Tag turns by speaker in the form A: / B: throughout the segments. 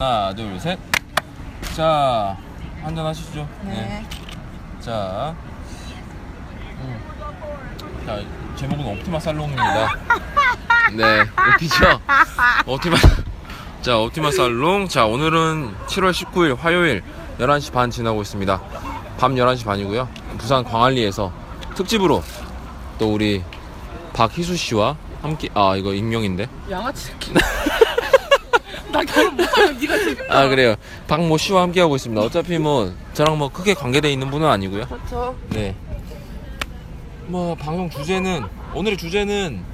A: 하나, 둘, 셋. 자, 한잔 하시죠.
B: 네.
A: 자, 음. 자, 제목은 옵티마 살롱입니다. 네, 웃기죠? 옵티마. 자, 옵티마 살롱. 자, 오늘은 7월 19일 화요일 11시 반 지나고 있습니다. 밤 11시 반이고요. 부산 광안리에서 특집으로 또 우리 박희수 씨와 함께 아 이거 익명인데
B: 양아치 새끼. 나 결혼 못하면 네가 책임.
A: 아 그래요 박모 씨와 함께 하고 있습니다 어차피 뭐 저랑 뭐 크게 관계돼 있는 분은 아니고요
B: 그렇죠.
A: 네. 뭐 방송 주제는 오늘의 주제는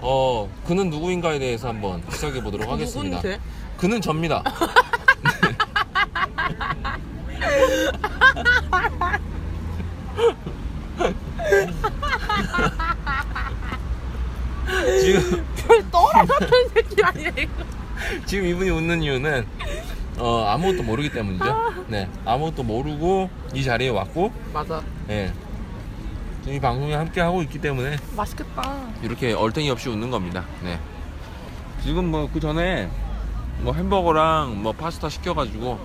A: 어 그는 누구인가에 대해서 한번 시작해 보도록 하겠습니다.
B: 누군데?
A: 그는 접니다. 지금
B: 별 떨어졌던 새끼 아니야 이거.
A: 지금 이분이 웃는 이유는 어 아무것도 모르기 때문이죠. 네 아무것도 모르고 이 자리에 왔고
B: 맞아.
A: 예. 이 방송에 함께 하고 있기 때문에
B: 맛있겠다.
A: 이렇게 얼탱이 없이 웃는 겁니다. 네. 지금 뭐 그 전에 뭐 햄버거랑 뭐 파스타 시켜가지고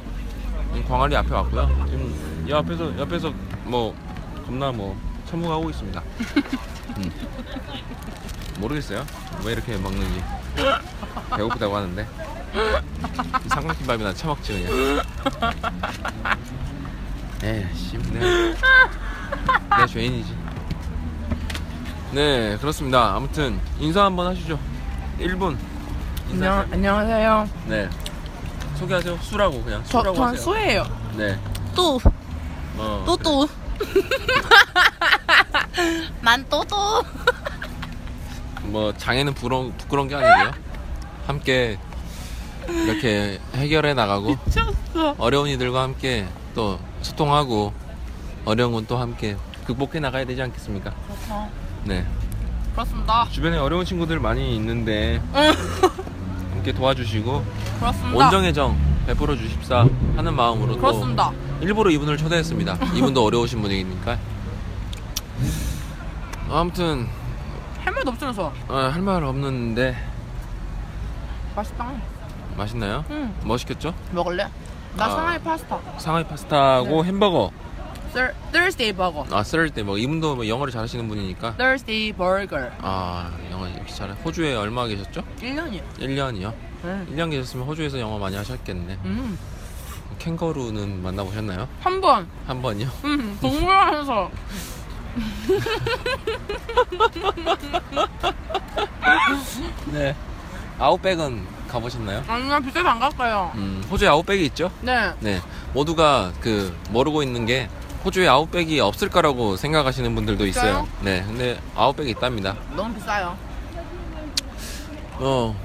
A: 이 광안리 앞에 왔고요. 지금 이 앞에서 옆에서 뭐 겁나 뭐 참모하고 있습니다. 음. 모르겠어요. 왜 이렇게 먹는지 배고프다고 하는데 이 삼각김밥이나 처먹지 그냥. 에이씨, 내가, 내가 죄인이지. 네, 그렇습니다. 아무튼 인사 한번 하시죠. 1분.
B: 안녕 안녕하세요.
A: 네. 소개하세요. 수라고 그냥 수라고
B: 저전
A: 하세요.
B: 소예요.
A: 네.
C: 또,
A: 어.
C: 또, 또. 만 또, 또.
A: 뭐 장애는 부러, 부끄러운 게 아니고요. 함께 이렇게 해결해 나가고
B: 미쳤어.
A: 어려운 이들과 함께 또 소통하고 어려운 건 또 함께 극복해 나가야 되지 않겠습니까?
B: 그렇죠.
A: 네.
B: 그렇습니다.
A: 주변에 어려운 친구들 많이 있는데 함께 도와주시고
B: 그렇습니다.
A: 온정의 정 베풀어 주십사 하는 마음으로 또
B: 그렇습니다.
A: 일부러 이분을 초대했습니다. 이분도 어려우신 분이니까. 아무튼
B: 할 말도 없으면서
A: 어, 할 말 없는데
B: 맛있다.
A: 맛있나요?
B: 응.
A: 멋있겠죠?
B: 먹을래? 나
A: 아.
B: 상하이 파스타.
A: 상하이 파스타하고 햄버거.
B: 썰- Thursday 버거.
A: 아 쓸 때 뭐 이분도 뭐 영어를 잘하시는 분이니까.
B: Thursday 버거.
A: 아 영어 역시 잘해. 호주에 얼마 계셨죠?
B: 1년이야.
A: 1년이요.
B: 응.
A: 1년 계셨으면 호주에서 영어 많이 하셨겠네.
B: 음.
A: 캥거루는 만나보셨나요?
B: 한 번.
A: 한 번요?
B: 음. 동물원에서.
A: 네. 아웃백은 가보셨나요?
B: 아니면 비싸서 안 갈까요?
A: 음, 호주에 아웃백이 있죠?
B: 네.
A: 네, 모두가 그 모르고 있는 게 호주에 아웃백이 없을 거라고 생각하시는 분들도 있어요.
B: 있어요?
A: 네, 근데 아웃백이 있답니다.
B: 너무 비싸요.
A: 어,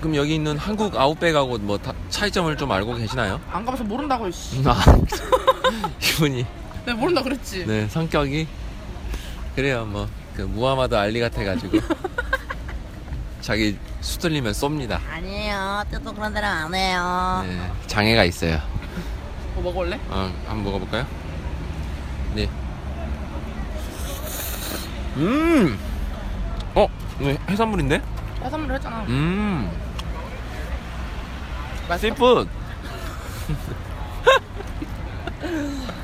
A: 그럼 여기 있는 한국 아웃백하고 뭐 다- 차이점을 좀 알고 계시나요?
B: 안 가봐서 모른다고 씨.
A: 아, 이분이
B: 내가 모른다 그랬지.
A: 네 성격이 그래요 뭐 그 무하마드 알리 같아가지고 자기 수틀리면 쏩니다.
C: 아니에요. 뜻도 그런 사람 안 해요.
A: 네, 장애가 있어요.
B: 뭐 먹을래?
A: 어, 한번 먹어볼까요? 네. 음! 어? 이거 해산물인데?
B: 해산물 했잖아.
A: 음!
B: 맛있어?
A: 씨푸드!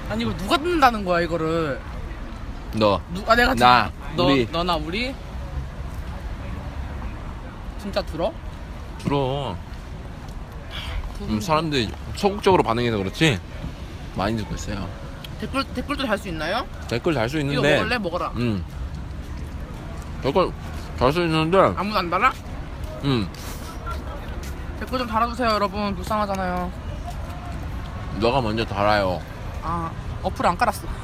B: 아니 이거 누가 듣는다는 거야 이거를?
A: 너.
B: 누가 아, 내가
A: 나,
B: 듣- 너
A: 우리.
B: 너나 우리 진짜 들어?
A: 들어.
B: 그
A: 음, 사람들이 소극적으로 반응해서 그렇지? 많이 듣고 있어요.
B: 댓글 댓글도 달 수 있나요?
A: 댓글 달 수
B: 이거
A: 있는데.
B: 먹을래 먹어라.
A: 음. 댓글 달 수 있는데.
B: 아무도 안 달아?
A: 음.
B: 댓글 좀 달아주세요 여러분 불쌍하잖아요.
A: 너가 먼저 달아요.
B: 아 어플 안 깔았어.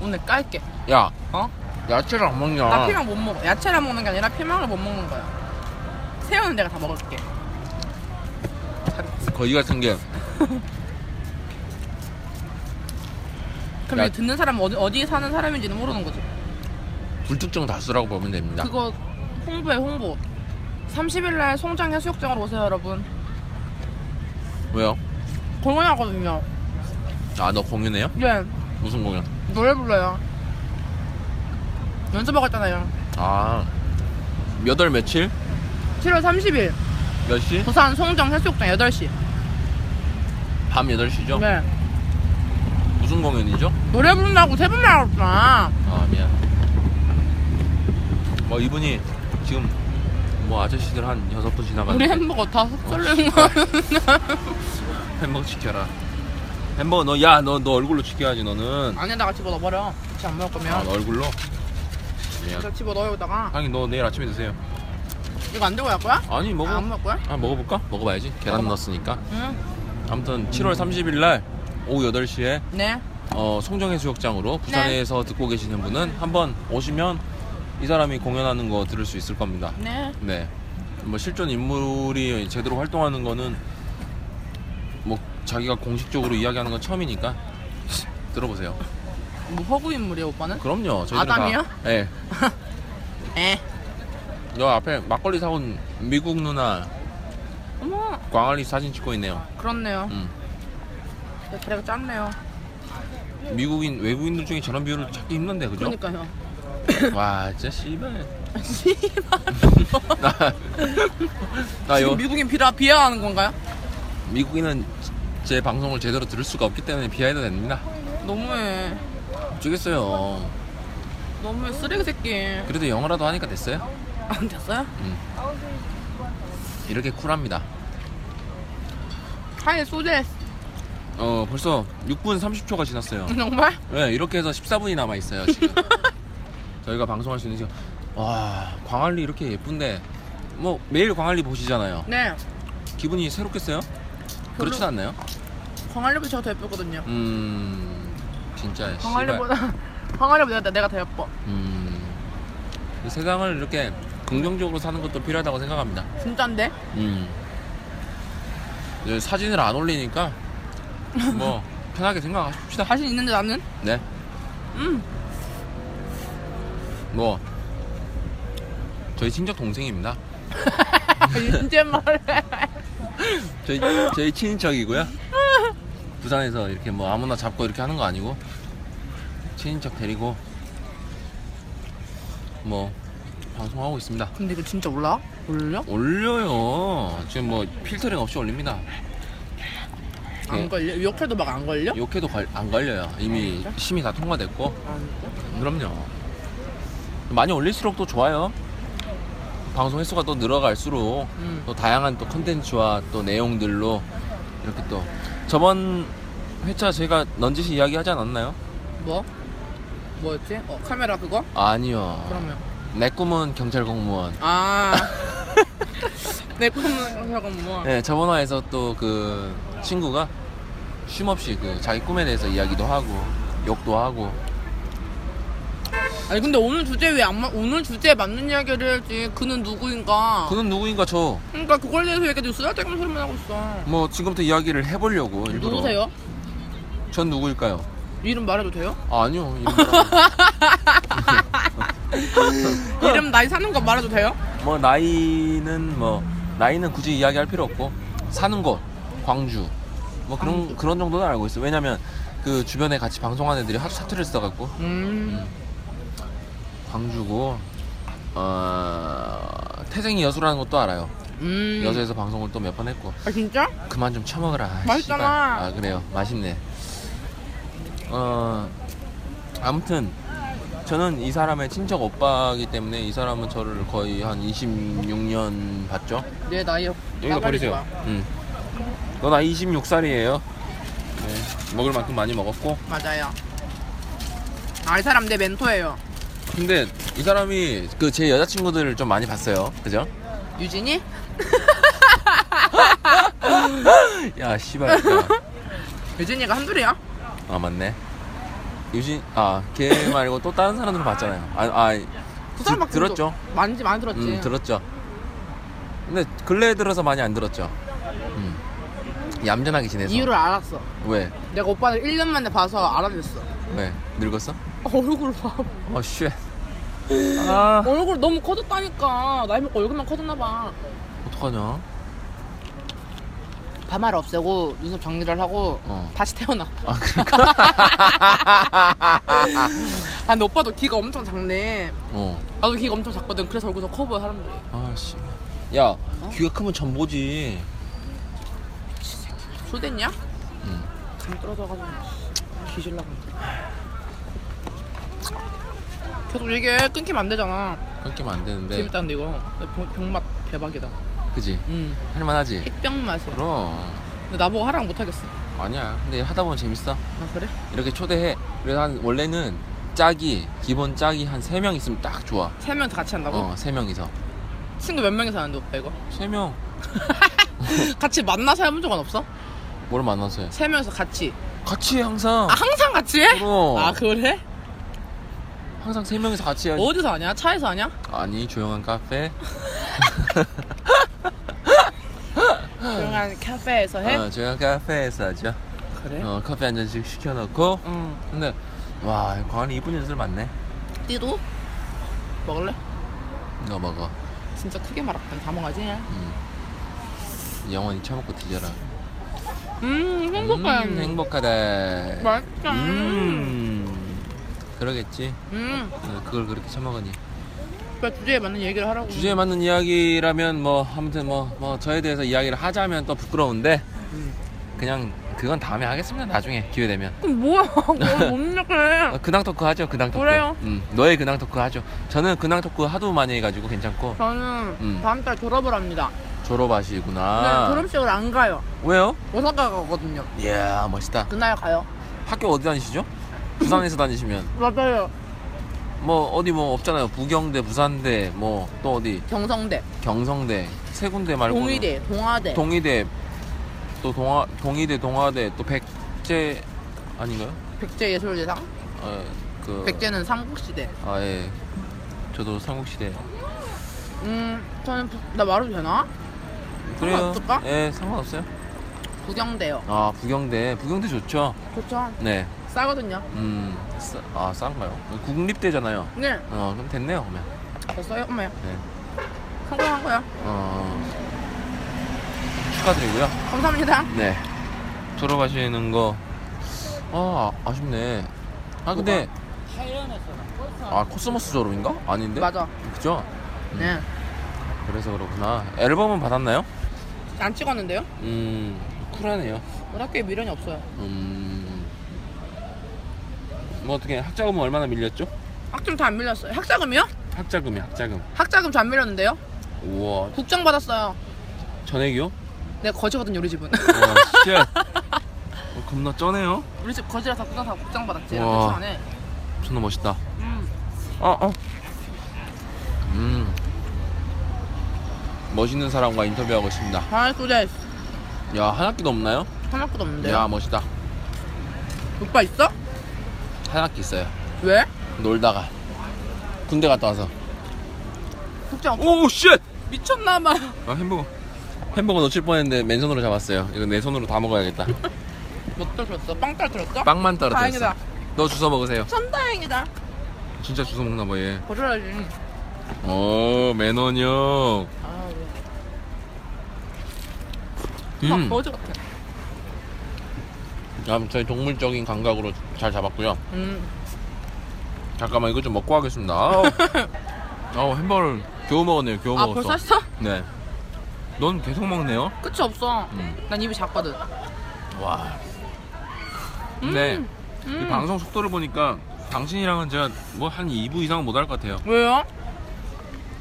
B: 오늘 깔게.
A: 야,
B: 어?
A: 야채를 안 먹냐?
B: 나 피망 못 먹어. 야채를 안 먹는 게 아니라 피망을 못 먹는 거야. 새우는 내가 다 먹을게.
A: 거기 같은 게.
B: 그럼
A: 야-
B: 이거 듣는 사람 어디 어디에 사는 사람인지는 모르는 거지.
A: 불특정 다수라고 보면 됩니다.
B: 그거 홍보해 홍보 30일날 송장 해수욕장으로 오세요 여러분
A: 왜요?
B: 공연하거든요
A: 아, 너 공연해요?
B: 네
A: 무슨 공연?
B: 노래 불러요 연습하고 있잖아요
A: 아, 몇 월 며칠?
B: 7월 30일
A: 몇 시?
B: 부산 송정 해수욕장 8시.
A: 밤 8시죠?
B: 네.
A: 무슨 공연이죠?
B: 노래 부른다고 세 번 말했구나.
A: 아 미안. 뭐 이분이 지금 뭐 아저씨들 한 여섯 분 지나가는데
B: 우리 햄버거 다
A: 어,
B: 흡수를 거
A: 햄버거 시켜라. 햄버거 너 야 너 너 얼굴로 시켜야지 너는.
B: 안에다가 집어 넣어버려. 같이 안 먹을
A: 아,
B: 거면.
A: 너 얼굴로. 미안.
B: 그래서 집어 넣어다가
A: 하긴 너 내일 아침에 드세요.
B: 이거 안 들고 갈 거야?
A: 아니 먹어.
B: 아, 안 먹을 거야?
A: 아 먹어볼까? 먹어봐야지. 계란
B: 먹어봐.
A: 넣었으니까.
B: 응.
A: 아무튼 7월 30일 날 오후 8시에
B: 네.
A: 어, 송정해수욕장으로 부산에서 듣고 계시는 분은 한번 오시면 이 사람이 공연하는 거 들을 수 있을 겁니다.
B: 네.
A: 네. 뭐 실존 인물이 제대로 활동하는 거는 뭐 자기가 공식적으로 이야기하는 건 처음이니까 들어보세요.
B: 뭐 허구 인물이야 오빠는?
A: 그럼요. 저희들은
B: 아담이요?
A: 다- 네.
B: 에.
A: 여 앞에 막걸리 사온 미국 누나
B: 어머.
A: 광아리 사진 찍고 있네요.
B: 그렇네요.
A: 음.
B: 내 다리가 짧네요.
A: 미국인 외국인들 중에 저런 비율을 찾기 힘든데 그죠?
B: 그러니까요.
A: 와 진짜 씨발.
B: 씨발.
A: 나요
B: 지금 미국인 비라 비하하는 건가요?
A: 미국인은 제 방송을 제대로 들을 수가 없기 때문에 비하해도 됩니다.
B: 너무해.
A: 어쩌겠어요.
B: 너무해 쓰레기 새끼.
A: 그래도 영어라도 하니까 됐어요.
B: 안 됐어요?
A: 이렇게 쿨합니다.
B: 하이 소재.
A: 어 벌써 6분 30초가 지났어요.
B: 정말?
A: 네, 이렇게 해서 14분이 남아 있어요. 지금 저희가 방송할 수 있는 시간. 와 광안리 이렇게 예쁜데 뭐 매일 광안리 보시잖아요.
B: 네.
A: 기분이 새롭겠어요? 그렇진
B: 별로-
A: 않나요?
B: 광안리보다 제가 더 예쁘거든요.
A: 음 진짜 씨발.
B: 광안리보다 광안리보다 내가, 내가 더 예뻐.
A: 음 세상을 이렇게 긍정적으로 사는 것도 필요하다고 생각합니다.
B: 진짠데?
A: 음. 이제 사진을 안 올리니까 뭐 편하게 생각하십시다.
B: 자신 있는데 나는?
A: 네.
B: 음.
A: 뭐 저희 친척 동생입니다.
B: 이제 말해.
A: 저희 저희 친인척이고요. 부산에서 이렇게 뭐 아무나 잡고 이렇게 하는 거 아니고 친인척 데리고 뭐 방송하고 있습니다.
B: 근데 이거 진짜 올라? 올려?
A: 올려요. 지금 뭐 필터링 없이 올립니다.
B: 안
A: 네.
B: 걸려? 역할도 막 안 걸려?
A: 욕해도 걸- 안 걸려요. 이미 심의 다 통과됐고.
B: 안 걸려?
A: 그럼요. 많이 올릴수록 또 좋아요. 방송 횟수가 또 늘어갈수록
B: 음.
A: 또 다양한 또 컨텐츠와 또 내용들로 이렇게 또 저번 회차 제가 넌지시 이야기 하지 않았나요?
B: 뭐? 뭐였지? 어 카메라 그거?
A: 아니요.
B: 그러면
A: 내 꿈은 경찰 공무원.
B: 아내 꿈은 잠깐 뭐?
A: 네, 저번 화에서 또 그 친구가 쉼없이 그 자기 꿈에 대해서 이야기도 하고 욕도 하고
B: 아니 근데 오늘 주제 왜 안 맞? 오늘 주제에 맞는 이야기를 해야지. 그는 누구인가?
A: 그는 누구인가 저 뭐
B: 그러니까 그걸 대해서 얘기해도 쓰다듬는 소리만 하고 있어.
A: 지금부터 이야기를 해보려고 일부러.
B: 누구세요?
A: 전 누구일까요?
B: 이름 말해도 돼요?
A: 아, 니요 이름 어.
B: 이름 나이 사는 거 말해도 돼요?
A: 뭐 나이는 뭐 나이는 굳이 이야기할 필요 없고 사는 곳 광주 뭐 그런 그런 정도는 알고 있어. 왜냐면 그 주변에 같이 방송하는 애들이 하- 사투리를 써갖고
B: 음.
A: 광주고 어 태생이 여수라는 것도 알아요.
B: 음.
A: 여수에서 방송을 또 몇 번 했고
B: 아 진짜?
A: 그만 좀 처먹어라. 아,
B: 맛있잖아.
A: 씨발. 아 그래요. 맛있네. 어 아무튼 저는 이 사람의 친척 오빠이기 때문에 이 사람은 저를 거의 한 26년 봤죠.
B: 내 나이
A: 여기다 버리세요. 응. 너 나 26살이에요. 네. 먹을 만큼 많이 먹었고.
B: 맞아요. 아 이 사람 내 멘토예요.
A: 근데 이 사람이 그 제 여자친구들을 좀 많이 봤어요. 그죠?
B: 유진이?
A: 야, 씨발. 야.
B: 유진이가 한둘이야?
A: 아, 맞네. 유진, 아, 걔 말고 또 다른 사람들 봤잖아요. 아, 아
B: 그 사람 밖에
A: 들었죠?
B: 많지 많이 들었지.
A: 음, 들었죠. 근데 근래에 들어서 많이 안 들었죠. 음. 얌전하게 지내서.
B: 이유를 알았어.
A: 왜?
B: 내가 오빠를 1년 만에 봐서 알아냈어.
A: 왜? 늙었어?
B: 얼굴 봐.
A: 어, 쉣. 아.
B: 얼굴 너무 커졌다니까. 나이 먹고 얼굴만 커졌나 봐.
A: 어떡하냐?
B: 파마를 없애고 눈썹 정리를 하고
A: 어.
B: 다시 태어나.
A: 아, 그러니까.
B: 아 근데 오빠도 귀가 엄청 작네.
A: 어.
B: 나도 귀가 엄청 작거든. 그래서 얼굴 더 커 보여 사람들이.
A: 아, 씨. 야 귀가 크면 전보지
B: 술 됐냐?
A: 응.
B: 간 떨어져가지고 뒤질라고 계속 이게 끊기면 안 되잖아
A: 끊기면 안 되는데
B: 재밌다는데 이거 근데 병, 병맛 대박이다
A: 그, 그지?
B: 음
A: 할만하지?
B: 택병 맛이야
A: 그럼
B: 근데 나보고 하라고 못하겠어
A: 아니야 근데 하다 보면 재밌어
B: 아 그래?
A: 이렇게 초대해 그래서 한 원래는 짝이 기본 짝이 한 세 명 있으면 딱 좋아
B: 세 명 다 같이 한다고?
A: 어 세 명이서
B: 친구 몇 명이서 하는데 오빠 이거?
A: 세명
B: 같이 만나서 해본 적은 없어?
A: 뭘 만났어요?
B: 세 명이서 같이
A: 같이 해, 항상
B: 아 항상 같이 해?
A: 그럼.
B: 아 그래?
A: 항상 세 명이서 같이 해야지
B: 어디서 하냐? 차에서 하냐?
A: 아니 조용한 카페
B: 조용한 카페에서 해?
A: 어, 조용한 카페에서 하죠
B: 아, 그래?
A: 어 커피 한 잔씩 시켜놓고
B: 응
A: 근데 와 광안이 이쁜 연습을 많네
B: 띠도? 먹을래?
A: 이거 먹어
B: 진짜 크게 말았다 다 먹어야지
A: 영원히 처먹고 들려라
B: 음 행복해
A: 음, 행복하다
B: 맛있다 음,
A: 음 그러겠지
B: 음.
A: 어, 그걸 그렇게 처먹으니
B: 오빠 주제에 맞는 얘기를 하라고
A: 주제에 맞는 이야기라면 뭐 아무튼 뭐, 뭐 저에 대해서 이야기를 하자면 또 부끄러운데 그냥 그건 다음에 하겠습니다 나중에 기회 되면
B: 그럼 뭐야 오늘 못
A: 어,
B: 이렇게
A: 근황 토크 하죠 근황 토크
B: 그래요.
A: 음, 너의 근황 토크 하죠 저는 근황 토크 하도 많이 해가지고 괜찮고
B: 저는
A: 음. 아.
B: 다음 달 졸업을 합니다 근데
A: 졸업하시구나
B: 네, 졸업식을 안 가요
A: 왜요?
B: 오사카 가거든요
A: 이야 멋있다
B: 그날 가요
A: 학교 어디 다니시죠? 부산에서 다니시면
B: 맞아요
A: 뭐 어디 뭐 없잖아요 부경대 부산대 뭐 또 어디
B: 경성대
A: 경성대 세 군데 말고
B: 동의대 동아대
A: 동의대 또 동아 동의대 동아대 또 백제 아닌가요?
B: 백제예술대상
A: 아, 그
B: 백제는 삼국시대
A: 아예 저도 삼국시대
B: 음 저는 부- 나 말해도 되나?
A: 그래요
B: 상관없을까?
A: 예 상관없어요
B: 부경대요
A: 아 부경대 부경대 좋죠 네. 음,
B: 좋죠 싸거든요
A: 네음아 싼가요 국립대잖아요
B: 네
A: 어 그럼 됐네요 그러면
B: 됐어요 엄마야
A: 네.
B: 성공한 거야
A: 어 축하드리고요
B: 감사합니다
A: 네. 졸업하시는 거. 아, 아쉽네. 아, 근데. 아, 코스모스 졸업인가? 아닌데?
B: 맞아.
A: 그죠? 음.
B: 네.
A: 그래서 그렇구나. 앨범은 받았나요?
B: 안 찍었는데요?
A: 음, 쿨하네요.
B: 우리 학교에 미련이 없어요.
A: 음. 뭐 어떻게 학자금은 얼마나 밀렸죠?
B: 학점 다 안 밀렸어요. 학자금이요?
A: 학자금이 학자금.
B: 학자금 다 안 밀렸는데요?
A: 우와,
B: 국정 받았어요.
A: 전액이요?
B: 내가 거지거든요, 우리 집은.
A: 와, 진짜. 어, 겁나 쩌네요.
B: 우리 집 거지라서 국정 다 국정 받았지. 그
A: 와.
B: 며칠 안에.
A: 존나 멋있다.
B: 음.
A: 어, 어. 음. 멋있는 사람과 인터뷰하고 싶습니다.
B: 아, 그래.
A: 야, 한 학기도 없나요?
B: 한 학교도 없는데.
A: 야,
B: 요
A: 멋있다.
B: 오빠 있어?
A: 한 학기 있어요.
B: 왜?
A: 놀다가. 군대 갔다 와서.
B: 국정 없...
A: 오, 쉣!
B: 미쳤나봐.
A: 아, 햄버거. 햄버거 놓칠 뻔 했는데 맨손으로 잡았어요. 이거 내 손으로 다 먹어야겠다.
B: 못 떨어졌어? 빵 떨어졌어?
A: 빵만 떨어뜨렸어.
B: 다행이다.
A: 너 주워 먹으세요.
B: 참 다행이다.
A: 진짜 주워 먹나 봐, 얘.
B: 거절하지.
A: 오, 어, 매너녀.
B: 아, 왜.
A: 음.
B: 거지 같아.
A: 야, 저희 동물적인 감각으로 잘 잡았고요.
B: 음.
A: 잠깐만, 이거 좀 먹고 하겠습니다. 아우, 아우 햄버거를 겨우 먹었네요, 겨우
B: 아,
A: 먹었어.
B: 벌써 했어?
A: 네. 넌 계속 먹네요.
B: 끝이 없어.
A: 음.
B: 난 입이 작거든.
A: 와. 근데 네.
B: 음.
A: 이 방송 속도를 보니까 당신이랑은 제가 뭐 한 2부 이상은 못 할 것 같아요.
B: 왜요?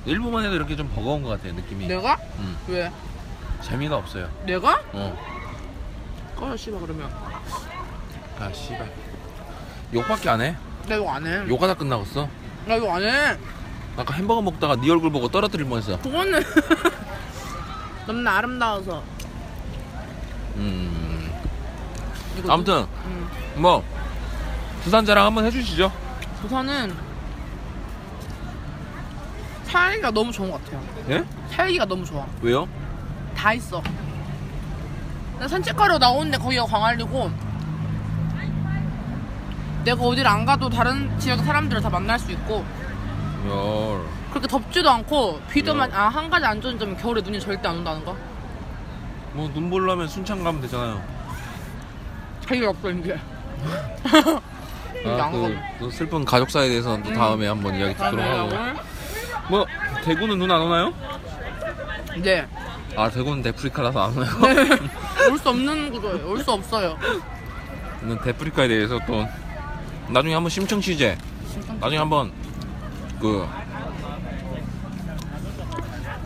A: 1부만 해도 이렇게 좀 버거운 것 같아요, 느낌이.
B: 내가?
A: 음.
B: 왜?
A: 재미가 없어요.
B: 내가?
A: 어.
B: 꺼져, 씨발, 그러면.
A: 아, 씨발. 욕밖에 안 해?
B: 나 이거 안 해.
A: 욕하다 끝나갔어?
B: 나 이거 안 해.
A: 아까 햄버거 먹다가 네 얼굴 보고 떨어뜨릴 뻔했어.
B: 그거는 너무나 아름다워서.
A: 음.
B: 이거지?
A: 아무튼,
B: 음.
A: 뭐, 부산 자랑 한번 해주시죠.
B: 부산은 살기가 너무 좋은 것 같아요.
A: 예?
B: 살기가 너무 좋아.
A: 왜요?
B: 다 있어. 나 산책하러 나오는데 거기가 광안리고 내가 어딜 안 가도 다른 지역 사람들을 다 만날 수 있고
A: 야,
B: 그렇게 덥지도 않고 비도
A: 음.
B: 많이 아한 가지 안 좋은 점은 겨울에 눈이 절대 안 온다는 거.
A: 뭐, 눈볼 나면 순창 가면 되잖아요.
B: 자기가 없어 이제. 음,
A: 아, 그, 그 슬픈 가족사에 대해서는 또 다음에 한번 이야기 듣도록 하고.
B: 다음에
A: 뭐 대구는 눈 안 오나요?
B: 네.
A: 아 대구는 데프리카라서 안 와요.
B: 네. 올 수 없는 구조예요. 올 수 없어요.
A: 저는 데프리카에 대해서 또 나중에 한번 심층 취재. 나중에 한번 그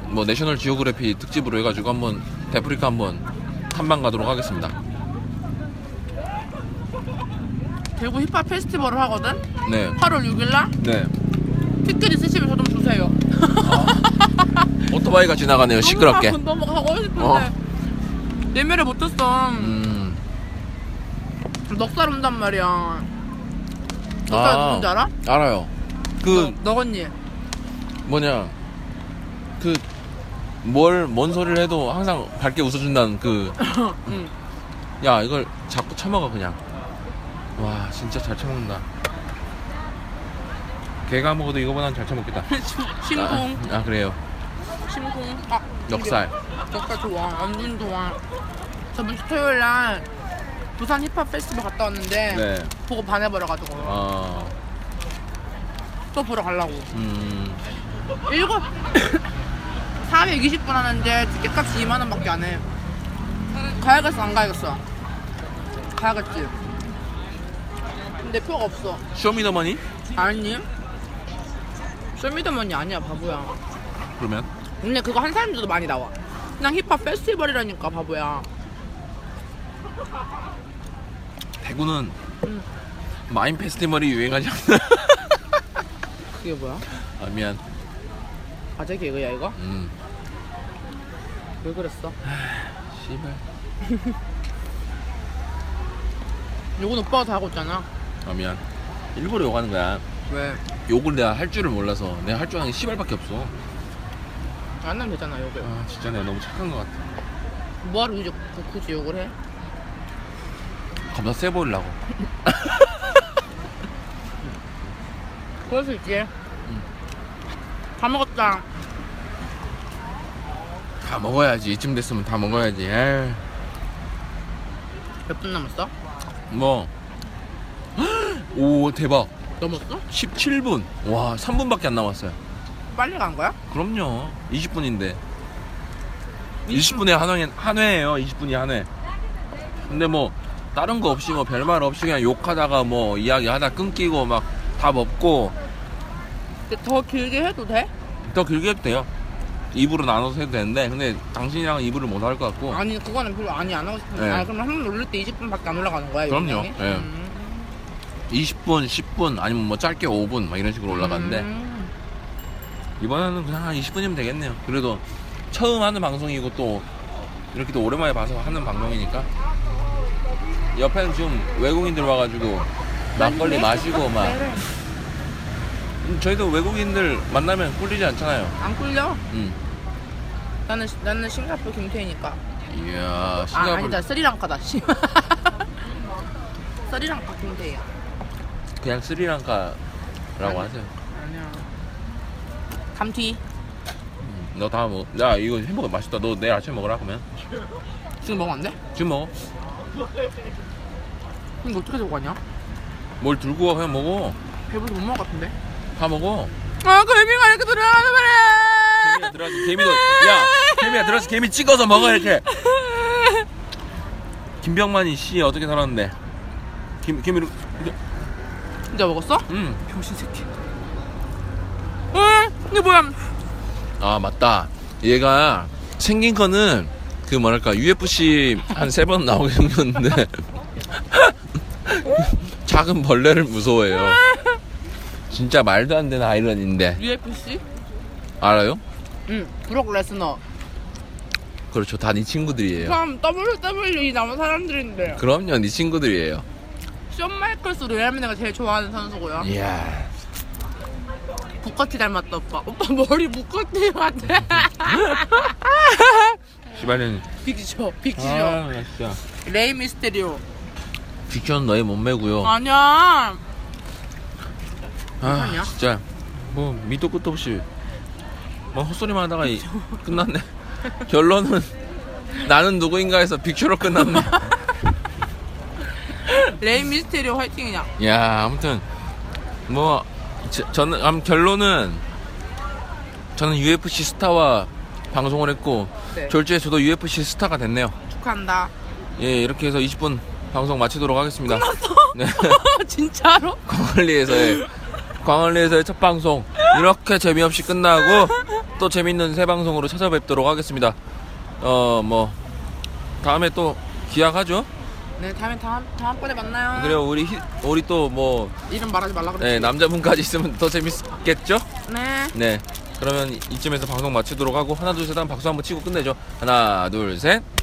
A: 뭐 내셔널 지오그래피 특집으로 해가지고 한번 데프리카 한번 탐방 가도록 하겠습니다.
B: 대구 힙합 페스티벌을 하거든?
A: 네,
B: 8월 6일날?
A: 네.
B: 티켓 있으시면 저 좀 주세요.
A: 오토바이가 지나가네요. 시끄럽게. 어.
B: 너무 가- 너무 가고 싶은데. 예매를 못했어.
A: 음,
B: 넉살 온단 말이야. 넉살 누군지 알아? 어.
A: 알아요. 그
B: 너, 너언니.
A: 뭐냐 그 뭘 뭔 소리를 해도 항상 밝게 웃어준다는 그 야
B: 응.
A: 이걸 자꾸 처먹어 그냥 와 진짜 잘 처먹는다 개가 먹어도 이거보단 잘 처먹겠다
B: 심쿵.
A: 아, 아, 그래요
B: 심쿵. 아, 이게
A: 넉살
B: 넉살 좋아. 완전 좋아. 저번 주 토요일 날 부산 힙합 페스티벌 갔다 왔는데
A: 네아음 아.
B: 보고 반해버려가지고
A: 어,
B: 또 보러 가려고.
A: 음,
B: 일곱 420분 하는데 티켓값이 2만 원밖에 안 해. 가야겠어 안 가야겠어. 가야겠지. 근데 표가 없어.
A: 쇼미더머니
B: 아니? 쇼미더머니 아니야 바보야.
A: 그러면
B: 근데 그거 한 사람들도 많이 나와. 그냥 힙합 페스티벌이라니까 바보야.
A: 대구는
B: 음.
A: 마임 페스티벌이 유행하지 않나
B: 그게 뭐야?
A: 아 미안
B: 아재 개그야 이거?
A: 음
B: 왜 그랬어?
A: 씨발
B: 요건 오빠가 다 하고 있잖아.
A: 아 미안 일부러 욕하는 거야
B: 왜?
A: 욕을 내가 할 줄을 몰라서 내가 할 줄 아는 게 시발밖에 없어
B: 안 하면 되잖아 욕을.
A: 아 진짜 내가 너무 착한 것 같아
B: 뭐하러 굳이, 굳이 욕을 해?
A: 겁나 세 보이려고
B: 그럴 수 있지. 다 먹었다.
A: 다 먹어야지 이쯤 됐으면 다 먹어야지 에이.
B: 몇 분 남았어?
A: 뭐 오, 대박.
B: 넘었어?
A: 17분. 와, 3분밖에 안 남았어요.
B: 빨리 간 거야?
A: 그럼요. 20분인데. 20분에 한 회, 한 회예요. 20분이 한 회. 근데 뭐, 다른 거 없이 뭐, 별말 없이 그냥 욕하다가 뭐, 이야기 하다 끊기고 막 다 먹고,
B: 근데 더 길게 해도 돼?
A: 더 길게 해도 돼요. 입으로 나눠서 해도 되는데, 근데 당신이랑 입으로 못 할 것 같고.
B: 아니 그거는 별로 아니 안 하고 싶은데
A: 네.
B: 아 그럼 한 번 올릴 때 20분밖에 안 올라가는 거야? 이
A: 그럼요.
B: 분량이?
A: 예.
B: 음.
A: 20분, 10분 아니면 뭐 짧게 5분 막 이런 식으로 올라가는데
B: 음.
A: 이번에는 그냥 한 20분이면 되겠네요. 그래도 처음 하는 방송이고 또 이렇게 또 오랜만에 봐서 하는 방송이니까 옆에는 지금 외국인들 와가지고 막걸리 마시고 막
B: 네.
A: 음, 저희도 외국인들 만나면 꿀리지 않잖아요.
B: 안 꿀려?
A: 음.
B: 나는 나는 싱가포르 김태희니까
A: 이야
B: 아
A: 싱가포르
B: 아니다 스리랑카다 씨. 스리랑카 김태희야
A: 그냥 스리랑카라고 하세요.
B: 아니야 감튀
A: 음, 너 다 먹어. 야 이거 햄버거 맛있다. 너 내일 아침에 먹으라 그러면
B: 지금 먹으면 안 돼?
A: 지금 뭐, 먹어.
B: 이거 어떻게 들고 가냐?
A: 뭘 들고 와 그냥 먹어.
B: 배부르 못먹을 것 같은데
A: 다 먹어.
B: 아 개미가 이렇게 들어가는
A: 개미야
B: 말이야
A: 들어가서 개미도 야 개미야 들어가서 개미 찍어서 먹어 이렇게 김병만이 씨 어떻게 살았는데 김 개미로
B: 진짜 먹었어?
A: 음아
B: 병신 새끼 응 어? 이게 뭐야
A: 아, 맞다 얘가 생긴 거는 그 뭐랄까 UFC 한 세 번 나오게 생겼는데 작은 벌레를 무서워해요 진짜 말도 안 되는 아이러니인데
B: UFC?
A: 알아요?
B: 응, 브록 레스너.
A: 그렇죠 다 네 친구들이에요
B: 그럼 WWE E 남은 사람들인데.
A: 그럼요 네 친구들이에요
B: 쇼 마이클스 레알맨가 제일 좋아하는 선수고요.
A: 이야
B: 부커티 닮았다 오빠. 오빠 머리 부커티 같아.
A: 시발년
B: 빅쇼, 빅쇼.
A: 아 진짜
B: 레이 미스테리오.
A: 빅션 너의
B: 어.
A: 몸매고요
B: 아니야.
A: 아
B: 아니야?
A: 진짜 뭐 밑도 끝도 없이 뭐 헛소리만 하다가 이- 끝났네 결론은 나는 누구인가에서 빅쇼로 끝났네
B: 레이 미스테리오 화이팅이냐.
A: 야 아무튼 뭐 저, 는 결론은 저는 UFC 스타와 방송을 했고
B: 네.
A: 졸지에서도 UFC 스타가 됐네요.
B: 축하한다.
A: 예, 이렇게 해서 20분 방송 마치도록 하겠습니다.
B: 끝났어?
A: 네.
B: 진짜로?
A: 광안리에서의 광안리에서의 첫 방송 이렇게 재미없이 끝나고 또 재밌는 새 방송으로 찾아뵙도록 하겠습니다. 어 뭐 다음에 또 기약하죠.
B: 네, 다음에 다음 다음번에 만나요.
A: 그리고 우리 히- 우리 또뭐
B: 이름 말하지 말라 그랬지.
A: 네, 남자분까지 있으면 더 재밌겠죠?
B: 네.
A: 네. 그러면 이쯤에서 방송 마치도록 하고 하나 둘셋 하면 박수 한번 치고 끝내죠. 하나 둘 셋.